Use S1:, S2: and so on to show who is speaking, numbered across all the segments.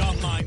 S1: online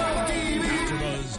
S1: AfterBuzz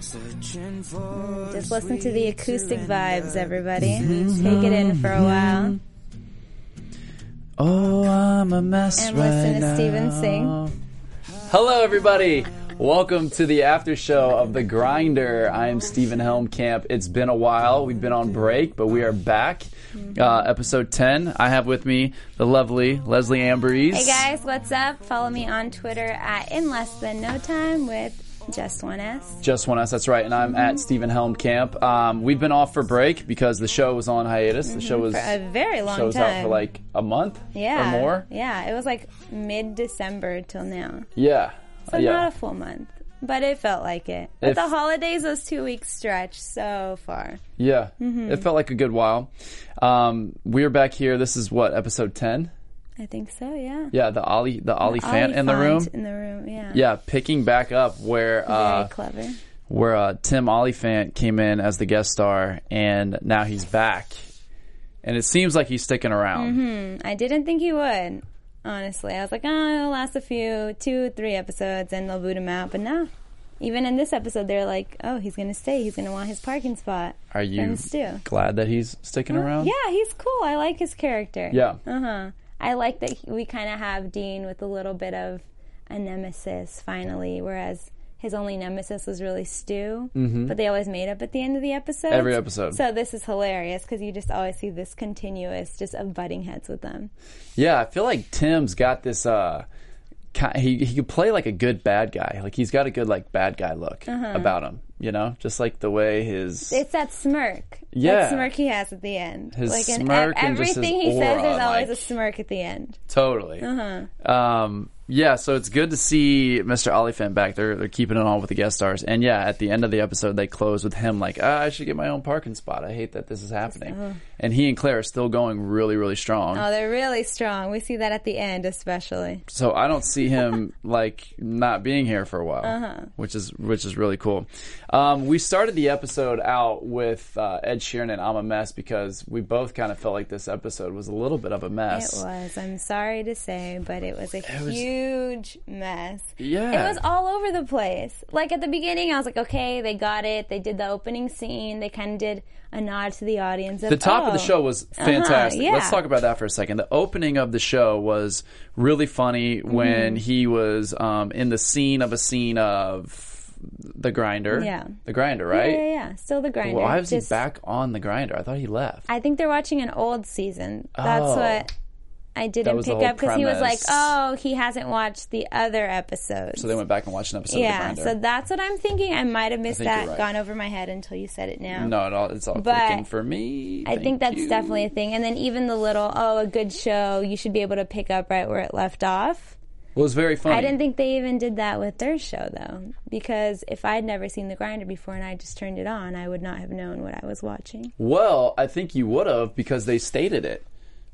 S2: Just listen to the acoustic vibes, everybody. Take it in for a while.
S3: Oh, I'm a mess
S2: And
S3: right
S2: listen to
S3: now.
S2: Steven
S3: Hello, everybody. Welcome to the after show of The Grinder. I am Steven Helmkamp. It's been a while. We've been on break, but we are back. Uh, episode 10. I have with me the lovely Leslie Ambrose.
S2: Hey guys, what's up? Follow me on Twitter at In Less Than No Time with just one S.
S3: Just One Us, that's right. And I'm at Stephen Helmkamp. Um, we've been off for break because the show was on hiatus. The show was,
S2: Mm-hmm. For a very long
S3: show was
S2: time.
S3: out for like a month
S2: yeah,
S3: or more.
S2: Yeah, it was like mid December till now.
S3: Yeah. Uh,
S2: So
S3: yeah.
S2: not a full month. But it felt like it. But
S3: If-
S2: the holidays, those two weeks stretch so far.
S3: Yeah,
S2: Mm-hmm.
S3: it felt like a good while. Um, we're back here. This is what episode ten.
S2: I think so, yeah.
S3: Yeah, the Ollie, the Ollie fan in the room.
S2: Olifant In the room, yeah.
S3: yeah, picking back up where
S2: Very
S3: uh,
S2: clever.
S3: where uh, Tim Olyphant came in as the guest star, and now he's back, and it seems like he's sticking around.
S2: I didn't think he would. Honestly, I was like, oh, it'll last a few, two, three episodes, and they'll boot him out. But no, even in this episode, they're like, oh, he's gonna stay. He's gonna want his parking spot.
S3: Are you
S2: From Stu.
S3: glad that he's sticking around?
S2: Yeah, he's cool. I like his character.
S3: Mm-hmm. Yeah. Uh-huh.
S2: Uh huh. I like that he, we kind of have Dean with a little bit of a nemesis finally, whereas his only nemesis was really Stu. But they always made up at the end of the episode.
S3: Mm-hmm. Every episode.
S2: So this is hilarious because you just always see this continuous just of butting heads with them.
S3: Yeah, I feel like Tim's got this. Uh, ki- he he could play like a good bad guy. Like he's got a good like bad guy look about him. You know, just like the way his
S2: It's that smirk.
S3: Yeah.
S2: That smirk he has at the end.
S3: His
S2: in
S3: smirk and just
S2: everything
S3: his
S2: he says,
S3: aura,
S2: there's always
S3: like-
S2: a smirk at the end.
S3: Totally. Um, yeah, so it's good to see Mr. Oliphant back. They're they're keeping it on with the guest stars, and yeah, at the end of the episode, they close with him like, ah, "I should get my own parking spot. I hate that this is happening." And he and Claire are still going really, really strong.
S2: Oh, they're really strong. We see that at the end, especially.
S3: so I don't see him like not being here for a while, which is which is really cool. Um, we started the episode out with uh, Ed Sheeran and "I'm a Mess" because we both kind of felt like this episode was a little bit of a
S2: It
S3: mess.
S2: was. I'm sorry to say, but it was a
S3: was-
S2: huge mess.
S3: Yeah.
S2: It was all over the place. Like at the beginning, I was like, okay, they got it. They did the opening scene. They kind of did a nod to the audience. uh-huh,
S3: The top of the show was fantastic.
S2: Oh. yeah.
S3: Let's talk about that for a second. The opening of the show was really funny
S2: Mm-hmm.
S3: when he was um, in the scene of a scene of the grinder.
S2: Yeah.
S3: The grinder, right?
S2: Yeah, yeah, yeah. Still the grinder.
S3: Well, why was
S2: Just-
S3: he back on the grinder? I thought he left.
S2: I think they're watching an old season. That's
S3: Oh.
S2: what I didn't
S3: was the
S2: pick
S3: whole
S2: up because he was like,
S3: premise.
S2: "Oh, he hasn't watched the other episodes."
S3: so they went back and watched an episode
S2: yeah,
S3: of the
S2: so
S3: grinder.
S2: that's what I'm thinking. I might have missed
S3: think you're
S2: that,
S3: right.
S2: gone over my head until you said it now.
S3: no, it all, it's all
S2: But
S3: clicking for me.
S2: I think
S3: Thank
S2: that's
S3: you.
S2: definitely a thing. And then even the little, oh, a good show, you should be able to pick up right where it left off.
S3: Well, it was very funny.
S2: I didn't think they even did that with their show though, because if I'd never seen The Grinder before and I just turned it on, I would not have known what I was watching.
S3: Well, I think you would have because they stated it.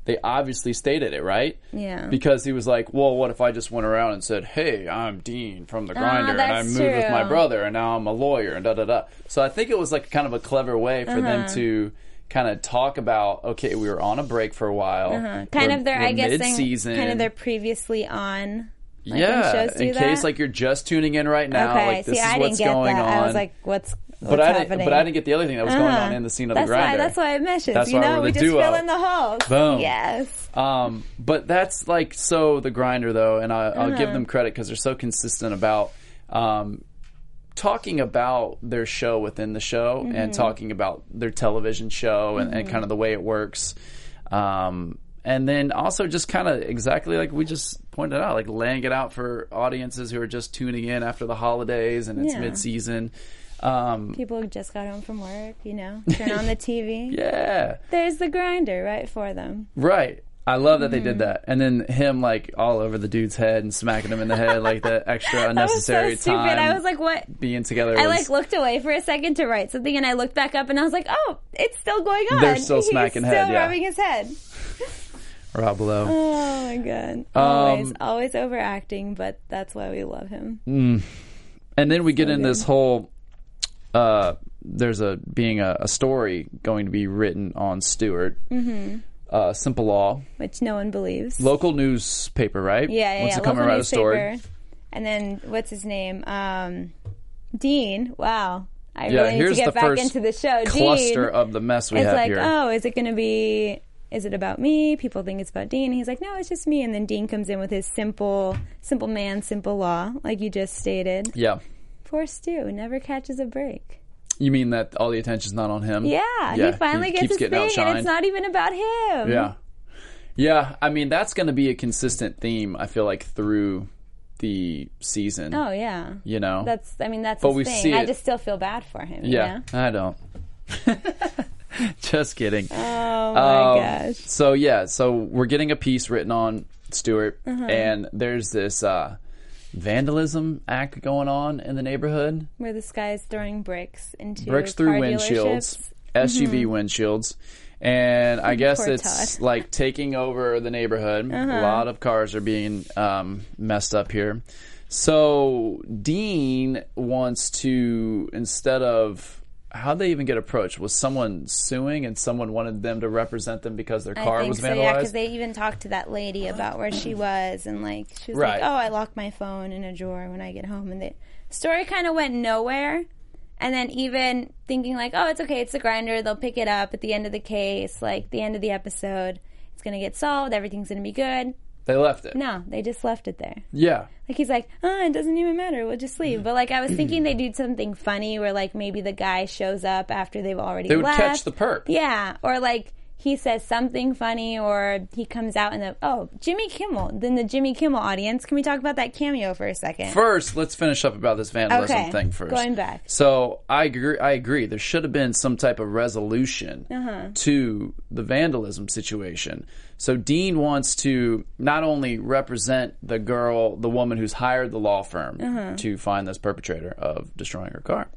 S3: They obviously stated it, right?
S2: Yeah.
S3: Because he was like, "Well, what if I just went around and said, "Hey, I'm Dean from the Grinder and I
S2: Ah, that's
S3: moved with my
S2: true.
S3: brother and now I'm a lawyer and da da da." So I think it was like kind of a clever way for them
S2: Uh-huh.
S3: to kind of talk about, "Okay, we were on a break for a while.
S2: Uh-huh. Kind
S3: We're-
S2: of their,
S3: we're
S2: I guess, thing,
S3: mid-season.
S2: kind of their previously on. Like
S3: yeah,
S2: when shows do
S3: in
S2: that.
S3: case like you're just tuning in right now,
S2: okay,
S3: like this
S2: see,
S3: is
S2: I
S3: what's
S2: didn't get
S3: going
S2: that.
S3: on.
S2: I was like, what's, what's
S3: but I
S2: happening?
S3: didn't, but I didn't get the other thing that was going
S2: Uh-huh.
S3: on in the scene of
S2: that's
S3: the
S2: Why,
S3: grinder.
S2: that's why it meshes.
S3: That's
S2: you
S3: why
S2: know,
S3: we're
S2: we
S3: the
S2: just
S3: duo.
S2: fill in the holes.
S3: Boom.
S2: Yes.
S3: Um, but that's like so the grinder though, and I, I'll
S2: Uh-huh.
S3: give them credit because they're so consistent about um, talking about their show within the show
S2: Mm-hmm.
S3: and talking about their television show and, and kind of the way it works. Um, and then also just kind of exactly like we just pointed out, like laying it out for audiences who are just tuning in after the holidays and it's
S2: Yeah.
S3: mid season. Um,
S2: People just got home from work, you know, turn on the TV.
S3: yeah,
S2: There's the grinder right for them.
S3: right. I love that they
S2: Mm-hmm.
S3: did that. And then him like all over the dude's head and smacking him in the head like the extra
S2: That was so
S3: unnecessary
S2: stupid.
S3: time.
S2: I was like, what?
S3: being together.
S2: I like
S3: was-
S2: looked away for a second to write something, and I looked back up, and I was like, "Oh, it's still going on."
S3: They're still
S2: He's
S3: smacking
S2: still
S3: head, yeah.
S2: rubbing his head.
S3: Rob Lowe.
S2: Oh my god! Always,
S3: Um,
S2: always overacting, but that's why we love him.
S3: And then we get in this whole. Uh, there's a being a, a story going to be written on Stewart. Mm-hmm. Uh, Simple Law,
S2: Which no one believes.
S3: local newspaper, right?
S2: yeah, yeah,
S3: Wants
S2: yeah.
S3: to come and
S2: local
S3: write a story.
S2: newspaper. And then what's his name? Um, Dean. Wow, I
S3: Yeah,
S2: really need to
S3: here's
S2: get
S3: the
S2: back
S3: first
S2: into the show. Dean.
S3: Cluster of the mess we
S2: it's
S3: have
S2: like,
S3: here.
S2: oh, is it going to be? Is it about me? People think it's about Dean. And he's like, no, it's just me. And then Dean comes in with his simple, simple man, simple law, like you just stated.
S3: Yeah,
S2: Poor Stu never catches a break.
S3: you mean that all the attention's not on him?
S2: Yeah, he finally gets
S3: keeps
S2: his thing,
S3: getting
S2: and
S3: outshined.
S2: it's not even about him.
S3: Yeah. Yeah, I mean that's going to be a consistent theme. I feel like through the season.
S2: Oh yeah.
S3: You know.
S2: That's. I mean, that's
S3: But
S2: his
S3: we
S2: thing.
S3: see
S2: I
S3: it.
S2: just still feel bad for him. you
S3: yeah.
S2: know?
S3: I don't. Just kidding.
S2: Oh my
S3: Um,
S2: gosh.
S3: So yeah, so we're getting a piece written on Stewart,
S2: Mm-hmm.
S3: and there's this uh, vandalism act going on in the neighborhood.
S2: Where this guy's throwing bricks into
S3: Bricks through
S2: car
S3: windshields,
S2: dealerships. Mm-hmm.
S3: SUV windshields, and I guess
S2: Poor
S3: it's
S2: Todd. Uh-huh.
S3: like taking over the neighborhood. A lot of cars are being um, messed up here. So Dean wants to instead of how'd they even get approached? Was someone suing and someone wanted them to represent them because their
S2: I
S3: car
S2: think
S3: was
S2: so, yeah,
S3: vandalized?
S2: because they even talked to that lady about where she was, and like she was
S3: Right.
S2: like, "Oh, I locked my phone in a drawer when I get home," and the story kind of went nowhere. And then even thinking like, "Oh, it's okay, it's a grinder. They'll pick it up at the end of the case, like the end of the episode. It's gonna get solved. Everything's gonna be good."
S3: They left it.
S2: No, they just left it there.
S3: Yeah.
S2: Like he's like, oh, it doesn't even matter. We'll just
S3: Mm.
S2: leave. But like I was thinking,
S3: Mm-hmm.
S2: they do something funny where like maybe the guy shows up after they've already
S3: They would
S2: left.
S3: catch the perp.
S2: Yeah, or like he says something funny, or he comes out in the oh Jimmy Kimmel. Then the Jimmy Kimmel audience. Can we talk about that cameo for a second?
S3: First, let's finish up about this vandalism
S2: Okay,
S3: thing first.
S2: going back.
S3: So I agree. I agree. There should have been some type of resolution
S2: Uh-huh.
S3: to the vandalism situation. So Dean wants to not only represent the girl, the woman who's hired the law firm
S2: Uh-huh.
S3: to find this perpetrator of destroying her car.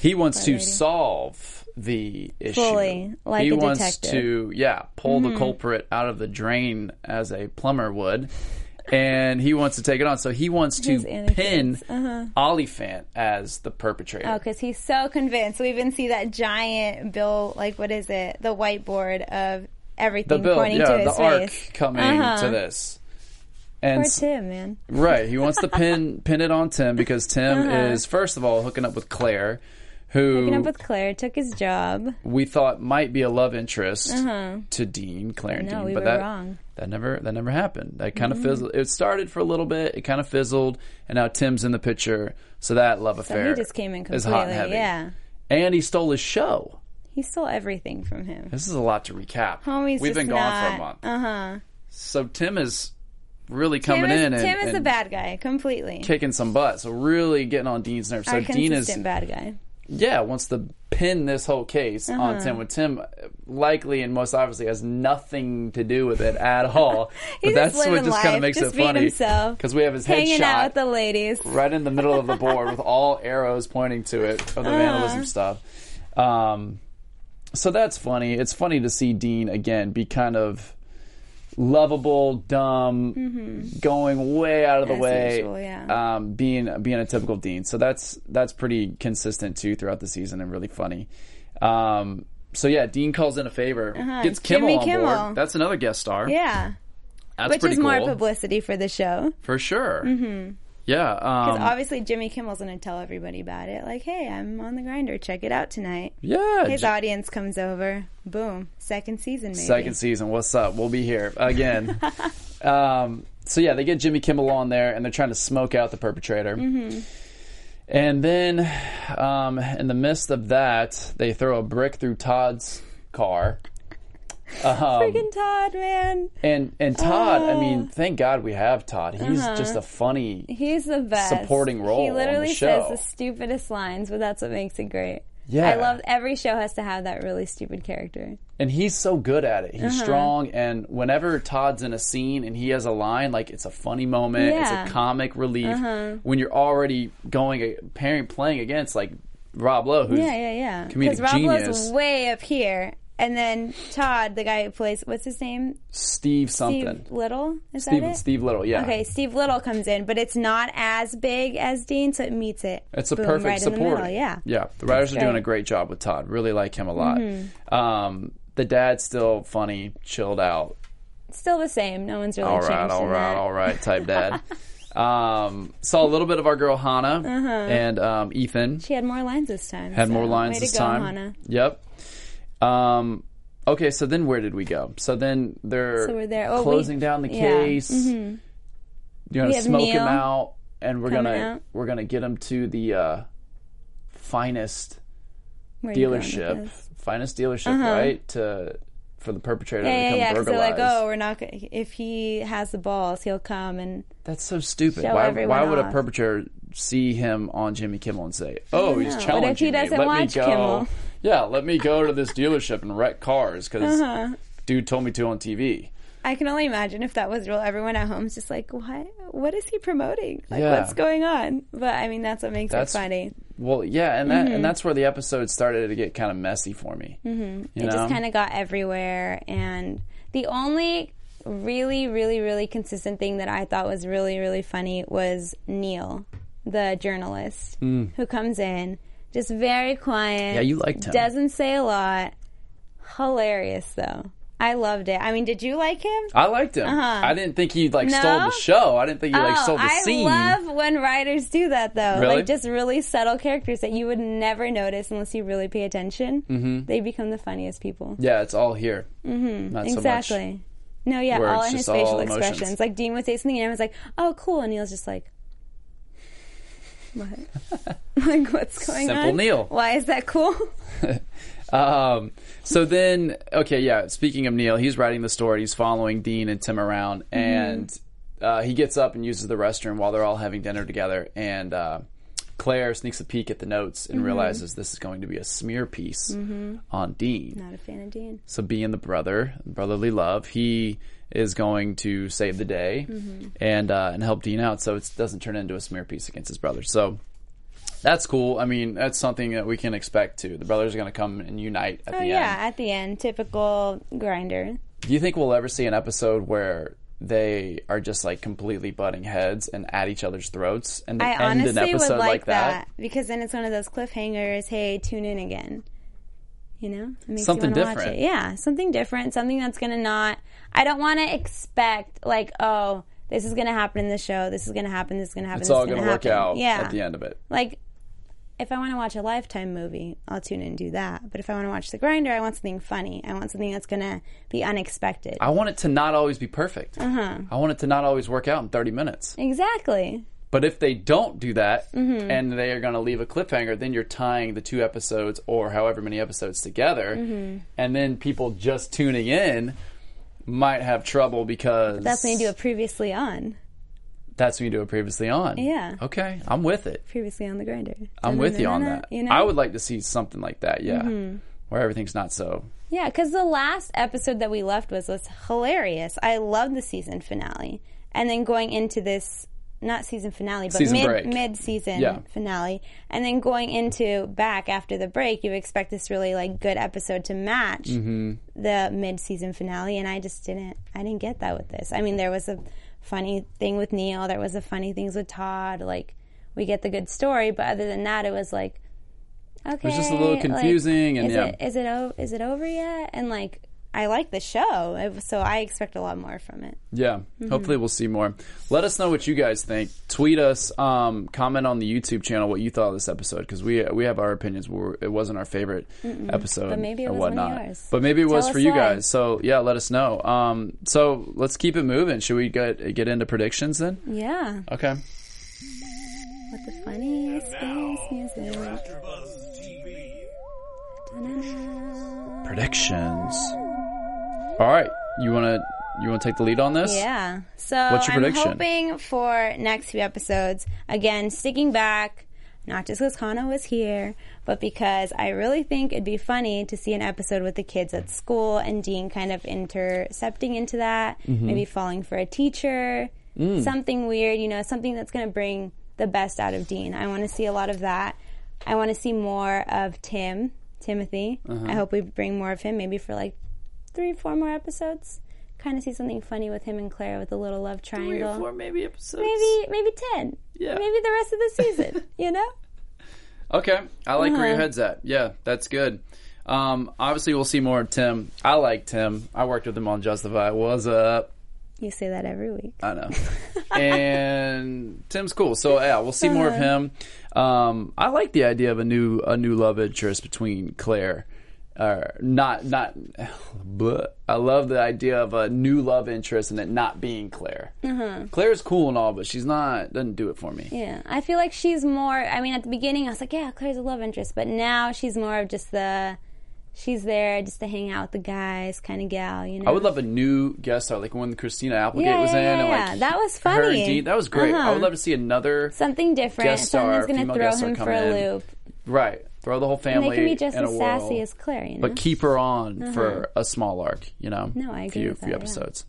S3: He wants to solve the issue.
S2: Fully, like
S3: he
S2: a
S3: wants
S2: detective.
S3: to, yeah, pull
S2: Hmm.
S3: the culprit out of the drain as a plumber would, and he wants to take it on. So he wants to
S2: His Uh-huh.
S3: pin
S2: anecdotes.
S3: Oliphant as the perpetrator.
S2: Oh, because he's so convinced. We even see that giant bill, like what is it? The whiteboard of everything
S3: the bill,
S2: pointing
S3: yeah,
S2: to his
S3: the arc
S2: face. Uh-huh.
S3: coming to this, and
S2: Poor
S3: s-
S2: Tim, man.
S3: Right. He wants to pin pin it on Tim because Tim is first of all hooking up with Claire,
S2: Hooking
S3: who
S2: up with Claire took his job.
S3: we thought might be a love interest to Dean, Claire and
S2: Uh-huh. No,
S3: Dean.
S2: we
S3: but
S2: were
S3: that
S2: wrong. Mm-hmm.
S3: that never that never happened. That kind of fizzled. It started for a little bit. It kind of fizzled, and now Tim's in the picture. So that love
S2: So
S3: affair
S2: he just came in
S3: is
S2: completely.
S3: hot and heavy.
S2: Yeah.
S3: And he stole his show.
S2: He stole everything from him.
S3: This is a lot to recap.
S2: Homie's
S3: We've
S2: just
S3: been gone for
S2: not- Uh-huh.
S3: a month. Uh huh. So Tim is really coming
S2: Tim is,
S3: in and,
S2: Tim is
S3: and
S2: the bad guy, completely.
S3: kicking some butt. So really getting on Dean's nerves. So
S2: Our
S3: Dean is
S2: consistent bad guy.
S3: yeah, wants to pin this whole case
S2: Uh-huh.
S3: on Tim. When Tim uh, likely and most obviously has nothing to do with it at all.
S2: He's
S3: but that's
S2: just
S3: what
S2: living
S3: just kind
S2: life,
S3: of makes
S2: just
S3: it
S2: being
S3: funny
S2: himself,
S3: because we have his
S2: Hanging out
S3: headshot
S2: with the ladies.
S3: right in the middle of the board with all arrows pointing to it of the
S2: Uh-huh.
S3: vandalism stuff. Um, so that's funny. It's funny to see Dean again be kind of lovable, dumb, going way out of the
S2: Mm-hmm. As
S3: way,
S2: usual, yeah.
S3: um, being being a typical Dean. So that's that's pretty consistent too throughout the season and really funny. Um, so yeah, Dean calls in a favor, gets Kimmel
S2: Jimmy
S3: on
S2: Uh-huh. Kimmel.
S3: board. That's another guest star.
S2: Yeah.
S3: that's
S2: Which
S3: pretty
S2: is more
S3: cool
S2: publicity for the show.
S3: for sure. Mm-hmm. Yeah, um,
S2: Obviously, Jimmy Kimmel's going to tell everybody about it. Like, hey, I'm on the grinder. Check it out tonight.
S3: yeah.
S2: His
S3: J-
S2: audience comes over. Boom. Second season, maybe.
S3: Second season. What's up? We'll be here again. um, so yeah, they get Jimmy Kimmel on there, and they're trying to smoke out the perpetrator.
S2: Mm-hmm.
S3: And then, um, in the midst of that, they throw a brick through Todd's car,
S2: Freaking Oh. Todd, man.
S3: And and Todd, I mean, thank God we have Todd. He's just
S2: Uh-huh.
S3: a funny.
S2: He's the best.
S3: Supporting role
S2: He
S3: on
S2: literally
S3: the
S2: says
S3: show.
S2: the stupidest lines, but that's what makes it great.
S3: Yeah.
S2: I love every show has to have that really stupid character.
S3: And he's so good at it. He's
S2: Uh-huh.
S3: strong. And whenever Todd's in a scene and he has a line, like it's a funny moment,
S2: Yeah. Uh-huh.
S3: it's a comic relief. When you're already going, pairing, playing against like Rob Lowe, who's
S2: Yeah, yeah, yeah.
S3: comedic
S2: Rob
S3: genius.
S2: Lowe's way up here, and then Todd, the guy who plays what's his name,
S3: Steve something.
S2: Steve Little, is
S3: Steve,
S2: that it?
S3: Steve Little, yeah.
S2: Okay, Steve Little comes in, but it's not as big as Dean, so it meets it.
S3: It's a
S2: Boom,
S3: perfect
S2: right
S3: support.
S2: In the middle, yeah.
S3: Yeah. The writers are
S2: great. Mm-hmm.
S3: doing a great job with Todd. Really like him a lot. Um, the dad's still funny, chilled out,
S2: Still the same. No one's really
S3: all
S2: changed.
S3: right, all
S2: in
S3: right,
S2: that.
S3: all right type dad. um, saw a little bit of our girl Hannah and um, Ethan.
S2: Uh-huh. She had more lines this time.
S3: Had
S2: so
S3: more lines
S2: way
S3: this
S2: to go,
S3: time.
S2: Hannah.
S3: Yep. Um, okay, so then where did we go? So then they're
S2: So we're there. Oh, we-
S3: closing down the
S2: yeah. Mm-hmm.
S3: case. You're
S2: We
S3: gonna
S2: have
S3: smoke
S2: Neil
S3: him out, and we're
S2: coming
S3: gonna
S2: out.
S3: we're gonna get him to the uh, finest
S2: Where you going with
S3: dealership,
S2: this? Uh-huh.
S3: finest dealership, right? To for the perpetrator to
S2: Yeah, yeah,
S3: become
S2: yeah. Because they're
S3: burglarized.
S2: like, oh, we're not. Gonna, if he has the balls, he'll come and
S3: That's so stupid.
S2: Show
S3: Why,
S2: everyone
S3: why would a
S2: off.
S3: perpetrator see him on Jimmy Kimmel and say, "Oh, he's
S2: know.
S3: challenging
S2: What if he
S3: me.
S2: doesn't
S3: let
S2: watch
S3: me go.
S2: Kimmel?
S3: Yeah, let me go to this dealership and wreck cars because
S2: Uh-huh.
S3: dude told me to on TV."
S2: I can only imagine if that was real. Everyone at home's just like, what? What is he promoting? Like,
S3: Yeah.
S2: what's going on? But I mean, that's what makes
S3: That's-
S2: it funny.
S3: Well, yeah, and that
S2: Mm-hmm.
S3: and that's where the episode started to get kind of messy for me. Mm-hmm. You
S2: It
S3: know,
S2: just kind of got everywhere. And the only really, really, really consistent thing that I thought was really, really funny was Neil, the journalist, who comes in just very quiet.
S3: Hmm. Yeah, you liked him.
S2: Doesn't say a lot. Hilarious though. I loved it. I mean, did you like him?
S3: I liked him. I didn't think he like stole the
S2: Uh-huh. No?
S3: show. I didn't think he like
S2: Oh,
S3: stole the
S2: I
S3: scene.
S2: love when writers do that though.
S3: Really?
S2: Like just really subtle characters that you would never notice unless you really pay attention. Mm-hmm. They become the funniest people.
S3: yeah, it's all here. Mm-hmm. Not so much.
S2: exactly. No, yeah,
S3: Where
S2: all
S3: it's
S2: in his
S3: just all
S2: facial
S3: emotions.
S2: expressions. Like Dean would say something, and I was like, "Oh, cool," and Neil's just like, "What? like what's going on?
S3: Simple Neil.
S2: Why is that cool?"
S3: Um, so then, okay, yeah. Speaking of Neil, he's writing the story. He's following Dean and Tim around, and uh, he gets up and uses the restroom while they're all having dinner together. And uh, Claire sneaks a peek at the notes and realizes this is going to be a smear piece on Dean.
S2: Not a fan of Dean.
S3: So being the brother, brotherly love, he is going to save the day
S2: Mm-hmm.
S3: and uh, and help Dean out, so it doesn't turn into a smear piece against his brother. So that's cool. I mean, that's something that we can expect too. The brothers are going to come and unite at
S2: Oh
S3: the
S2: yeah,
S3: end.
S2: at the end, typical grinder.
S3: Do you think we'll ever see an episode where? They are just like completely butting heads and at each other's throats, and they
S2: I
S3: end an
S2: honestly would
S3: episode
S2: like,
S3: that.
S2: that. because then it's one of those cliffhangers. Hey, tune in again. You know, it makes
S3: Something
S2: wanna Watch
S3: different.
S2: it. Yeah, something different. Something that's gonna not. I don't want to expect like, oh, this is gonna happen in the show. This is gonna happen. This is gonna happen.
S3: It's
S2: this
S3: all
S2: is
S3: going
S2: gonna
S3: to work
S2: happen.
S3: out
S2: Yeah.
S3: at the end of it.
S2: Like, if I want to watch a Lifetime movie, I'll tune in and do that. But if I want to watch The Grinder, I want something funny. I want something that's gonna be unexpected.
S3: I want it to not always be perfect.
S2: Uh-huh.
S3: I want it to not always work out in thirty minutes.
S2: exactly.
S3: But if they don't do that
S2: Mm-hmm.
S3: and they are going to leave a cliffhanger, then you're tying the two episodes or however many episodes together.
S2: Mm-hmm.
S3: And then people just tuning in might have trouble because
S2: That's when you do a previously on,
S3: that's when you do it previously on.
S2: Yeah.
S3: Okay. I'm with it.
S2: previously on The Grinder.
S3: I'm with you on that.
S2: You know? Mm-hmm.
S3: I would like to see something like that. Yeah. Where everything's not so.
S2: Yeah, because the last episode that we left was was hilarious. I love the season finale, and then going into this not season finale, but
S3: Season break.
S2: mid mid season
S3: Yeah.
S2: finale, and then going into back after the break, you expect this really like good episode to match
S3: Mm-hmm.
S2: the mid season finale, and I just didn't. I didn't get that with this. I mean, there was a funny thing with Neil. There was the funny things with Todd. Like we get the good story, but other than that, it was like okay.
S3: was just a little
S2: like,
S3: confusing and
S2: is
S3: yeah.
S2: it is it o- is it over yet? And like I like the show, I- so I expect a lot more from it.
S3: Yeah.
S2: Mm-hmm.
S3: Hopefully, we'll see more. Let us know what you guys think. Tweet us, um, comment on the YouTube channel what you thought of this episode because we we have our opinions. We're, it wasn't our favorite episode,
S2: But maybe it
S3: or
S2: was one of
S3: whatnot.
S2: yours.
S3: But maybe it was
S2: Tell
S3: for
S2: us
S3: you
S2: why.
S3: guys. So yeah, let us know. Um, so let's keep it moving. Should we get get into predictions then?
S2: Yeah,
S3: Okay.
S2: what the funniest things music.
S1: AfterBuzz TV.
S3: Predictions. All right, you want to you want to take the lead on this?
S2: Yeah. So
S3: What's your
S2: I'm
S3: prediction?
S2: hoping for next few episodes. Again, sticking back, not just because Kana was here, but because I really think it'd be funny to see an episode with the kids at school and Dean kind of intercepting into that,
S3: Mm-hmm.
S2: maybe falling for a teacher,
S3: Mm.
S2: something weird, you know, something that's going to bring the best out of Dean. I want to see a lot of that. I want to see more of Tim, Timothy.
S3: Uh-huh.
S2: I hope we bring more of him, maybe for like three, four more episodes. Kind of see something funny with him and Claire with a little love
S3: Three
S2: triangle.
S3: or four maybe episodes.
S2: Maybe, maybe ten.
S3: Yeah.
S2: Maybe the rest of the season. you know.
S3: Okay, I like where your head's at. Yeah, that's good. Um, obviously, we'll see more of Tim. I like Tim. I worked with him on Justify. What's up?
S2: You say that every week.
S3: I know. and Tim's cool. So yeah, we'll see more of him. Um, I like the idea of a new a new love interest between Claire. Uh, not not, but I love the idea of a new love interest and it not being Claire. Claire's cool and all, but she's not doesn't do it for me.
S2: Yeah, I feel like she's more. I mean, at the beginning, I was like, yeah, Claire's a love interest, but now she's more of just the. She's there just to hang out with the guys, kind of gal. You know.
S3: I would love a new guest star, like when Christina Applegate
S2: Yeah,
S3: was
S2: yeah,
S3: in.
S2: yeah,
S3: and,
S2: yeah.
S3: like,
S2: That was
S3: her and
S2: funny.
S3: Dean. That was great. I
S2: Uh-huh.
S3: would love to see another.
S2: something different.
S3: guest star,
S2: Something's going to
S3: female
S2: throw
S3: guest star
S2: him for
S3: coming
S2: a
S3: in.
S2: loop.
S3: Right. Throw the whole
S2: And
S3: family
S2: they can be just
S3: in a
S2: as sassy
S3: whirl.
S2: as Claire. You know. Uh-huh.
S3: but keep her on for a small arc, you know?
S2: No, I agree
S3: Few,
S2: with
S3: few
S2: that, yeah.
S3: episodes.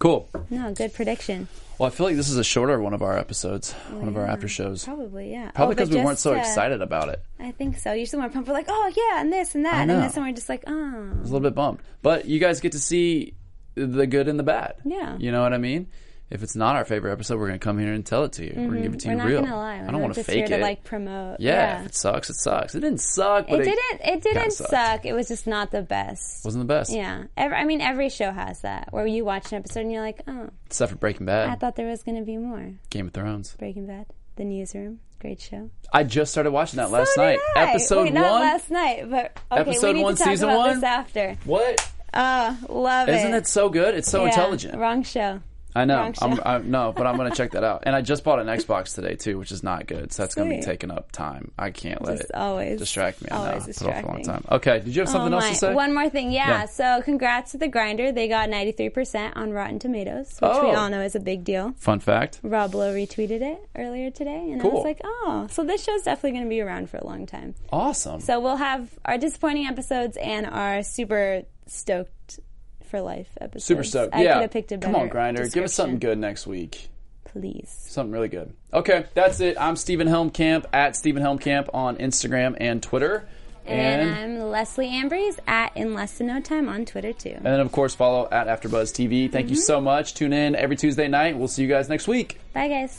S3: Cool.
S2: no, good prediction.
S3: Well, I feel like this is a shorter one of our episodes, one of our after shows.
S2: Probably, yeah.
S3: Probably
S2: Oh, but
S3: because we weren't
S2: just,
S3: so
S2: uh,
S3: excited about it.
S2: I think so. Usually we're pumped. We're like, oh yeah, and this and that, and
S3: know.
S2: this, and we're just like, oh.
S3: It's a little bit bummed. But you guys get to see the good and the bad.
S2: Yeah.
S3: You know what I mean? If it's not our favorite episode, we're going to come here and tell it to you. We're going to give it to
S2: Mm-hmm. We're
S3: you
S2: not
S3: real.
S2: gonna lie. We're
S3: I
S2: not
S3: don't want to
S2: just
S3: fake
S2: here to
S3: it.
S2: like promote.
S3: yeah, if it sucks, it sucks. It didn't suck, but
S2: It
S3: it,
S2: didn't. It didn't
S3: sucked.
S2: suck. It was just not the best.
S3: wasn't the best.
S2: Yeah. Every, I mean, every show has that where you watch an episode and you're like, oh,
S3: Except for Breaking
S2: I
S3: Bad,
S2: thought there was going to be more.
S3: Game of Thrones.
S2: Breaking Bad, The Newsroom, great show.
S3: I just started watching that last
S2: So
S3: night.
S2: did I.
S3: Episode
S2: Wait,
S3: one.
S2: Not last night, but okay.
S3: Episode
S2: we need
S3: one,
S2: to talk
S3: season
S2: about
S3: one?
S2: This after.
S3: What?
S2: Oh, love
S3: Isn't
S2: it.
S3: it so good? It's so
S2: Yeah,
S3: intelligent.
S2: Wrong show.
S3: I know.
S2: wrong
S3: I'm,
S2: show.
S3: I, no, but I'm going to check that out. And I just bought an Xbox today too, which is not good. So that's going to be
S2: Sweet.
S3: taking up time. I can't let
S2: Just
S3: it
S2: always-
S3: distract me. I know.
S2: always
S3: Put off a long
S2: distracting.
S3: time. Okay. Did you have something
S2: Oh
S3: else
S2: my.
S3: to say?
S2: One more thing, yeah.
S3: Yeah.
S2: So, congrats to the grinder. They got 93% on Rotten Tomatoes, which we
S3: Oh.
S2: all know is a big deal.
S3: Fun fact.
S2: Rob Lowe retweeted it earlier today, and I
S3: Cool.
S2: was like, oh, so this show's definitely going to be around for a long time.
S3: Awesome.
S2: So, we'll have our disappointing episodes and our super stoked for life episodes.
S3: Super stoked.
S2: I
S3: yeah.
S2: could have picked a better
S3: Come on, Grinder. Give us something
S2: description.
S3: good next week.
S2: Please.
S3: Something really good. Okay, that's it. I'm Stephen Helmkamp at Stephen Helmkamp on Instagram and Twitter.
S2: And, I'm Leslie Ambries at In Less Than No Time on Twitter, too.
S3: And then, of course, follow at AfterBuzz TV. Thank you
S2: Mm-hmm.
S3: so much. Tune in every Tuesday night. We'll see you guys next week.
S2: Bye, guys.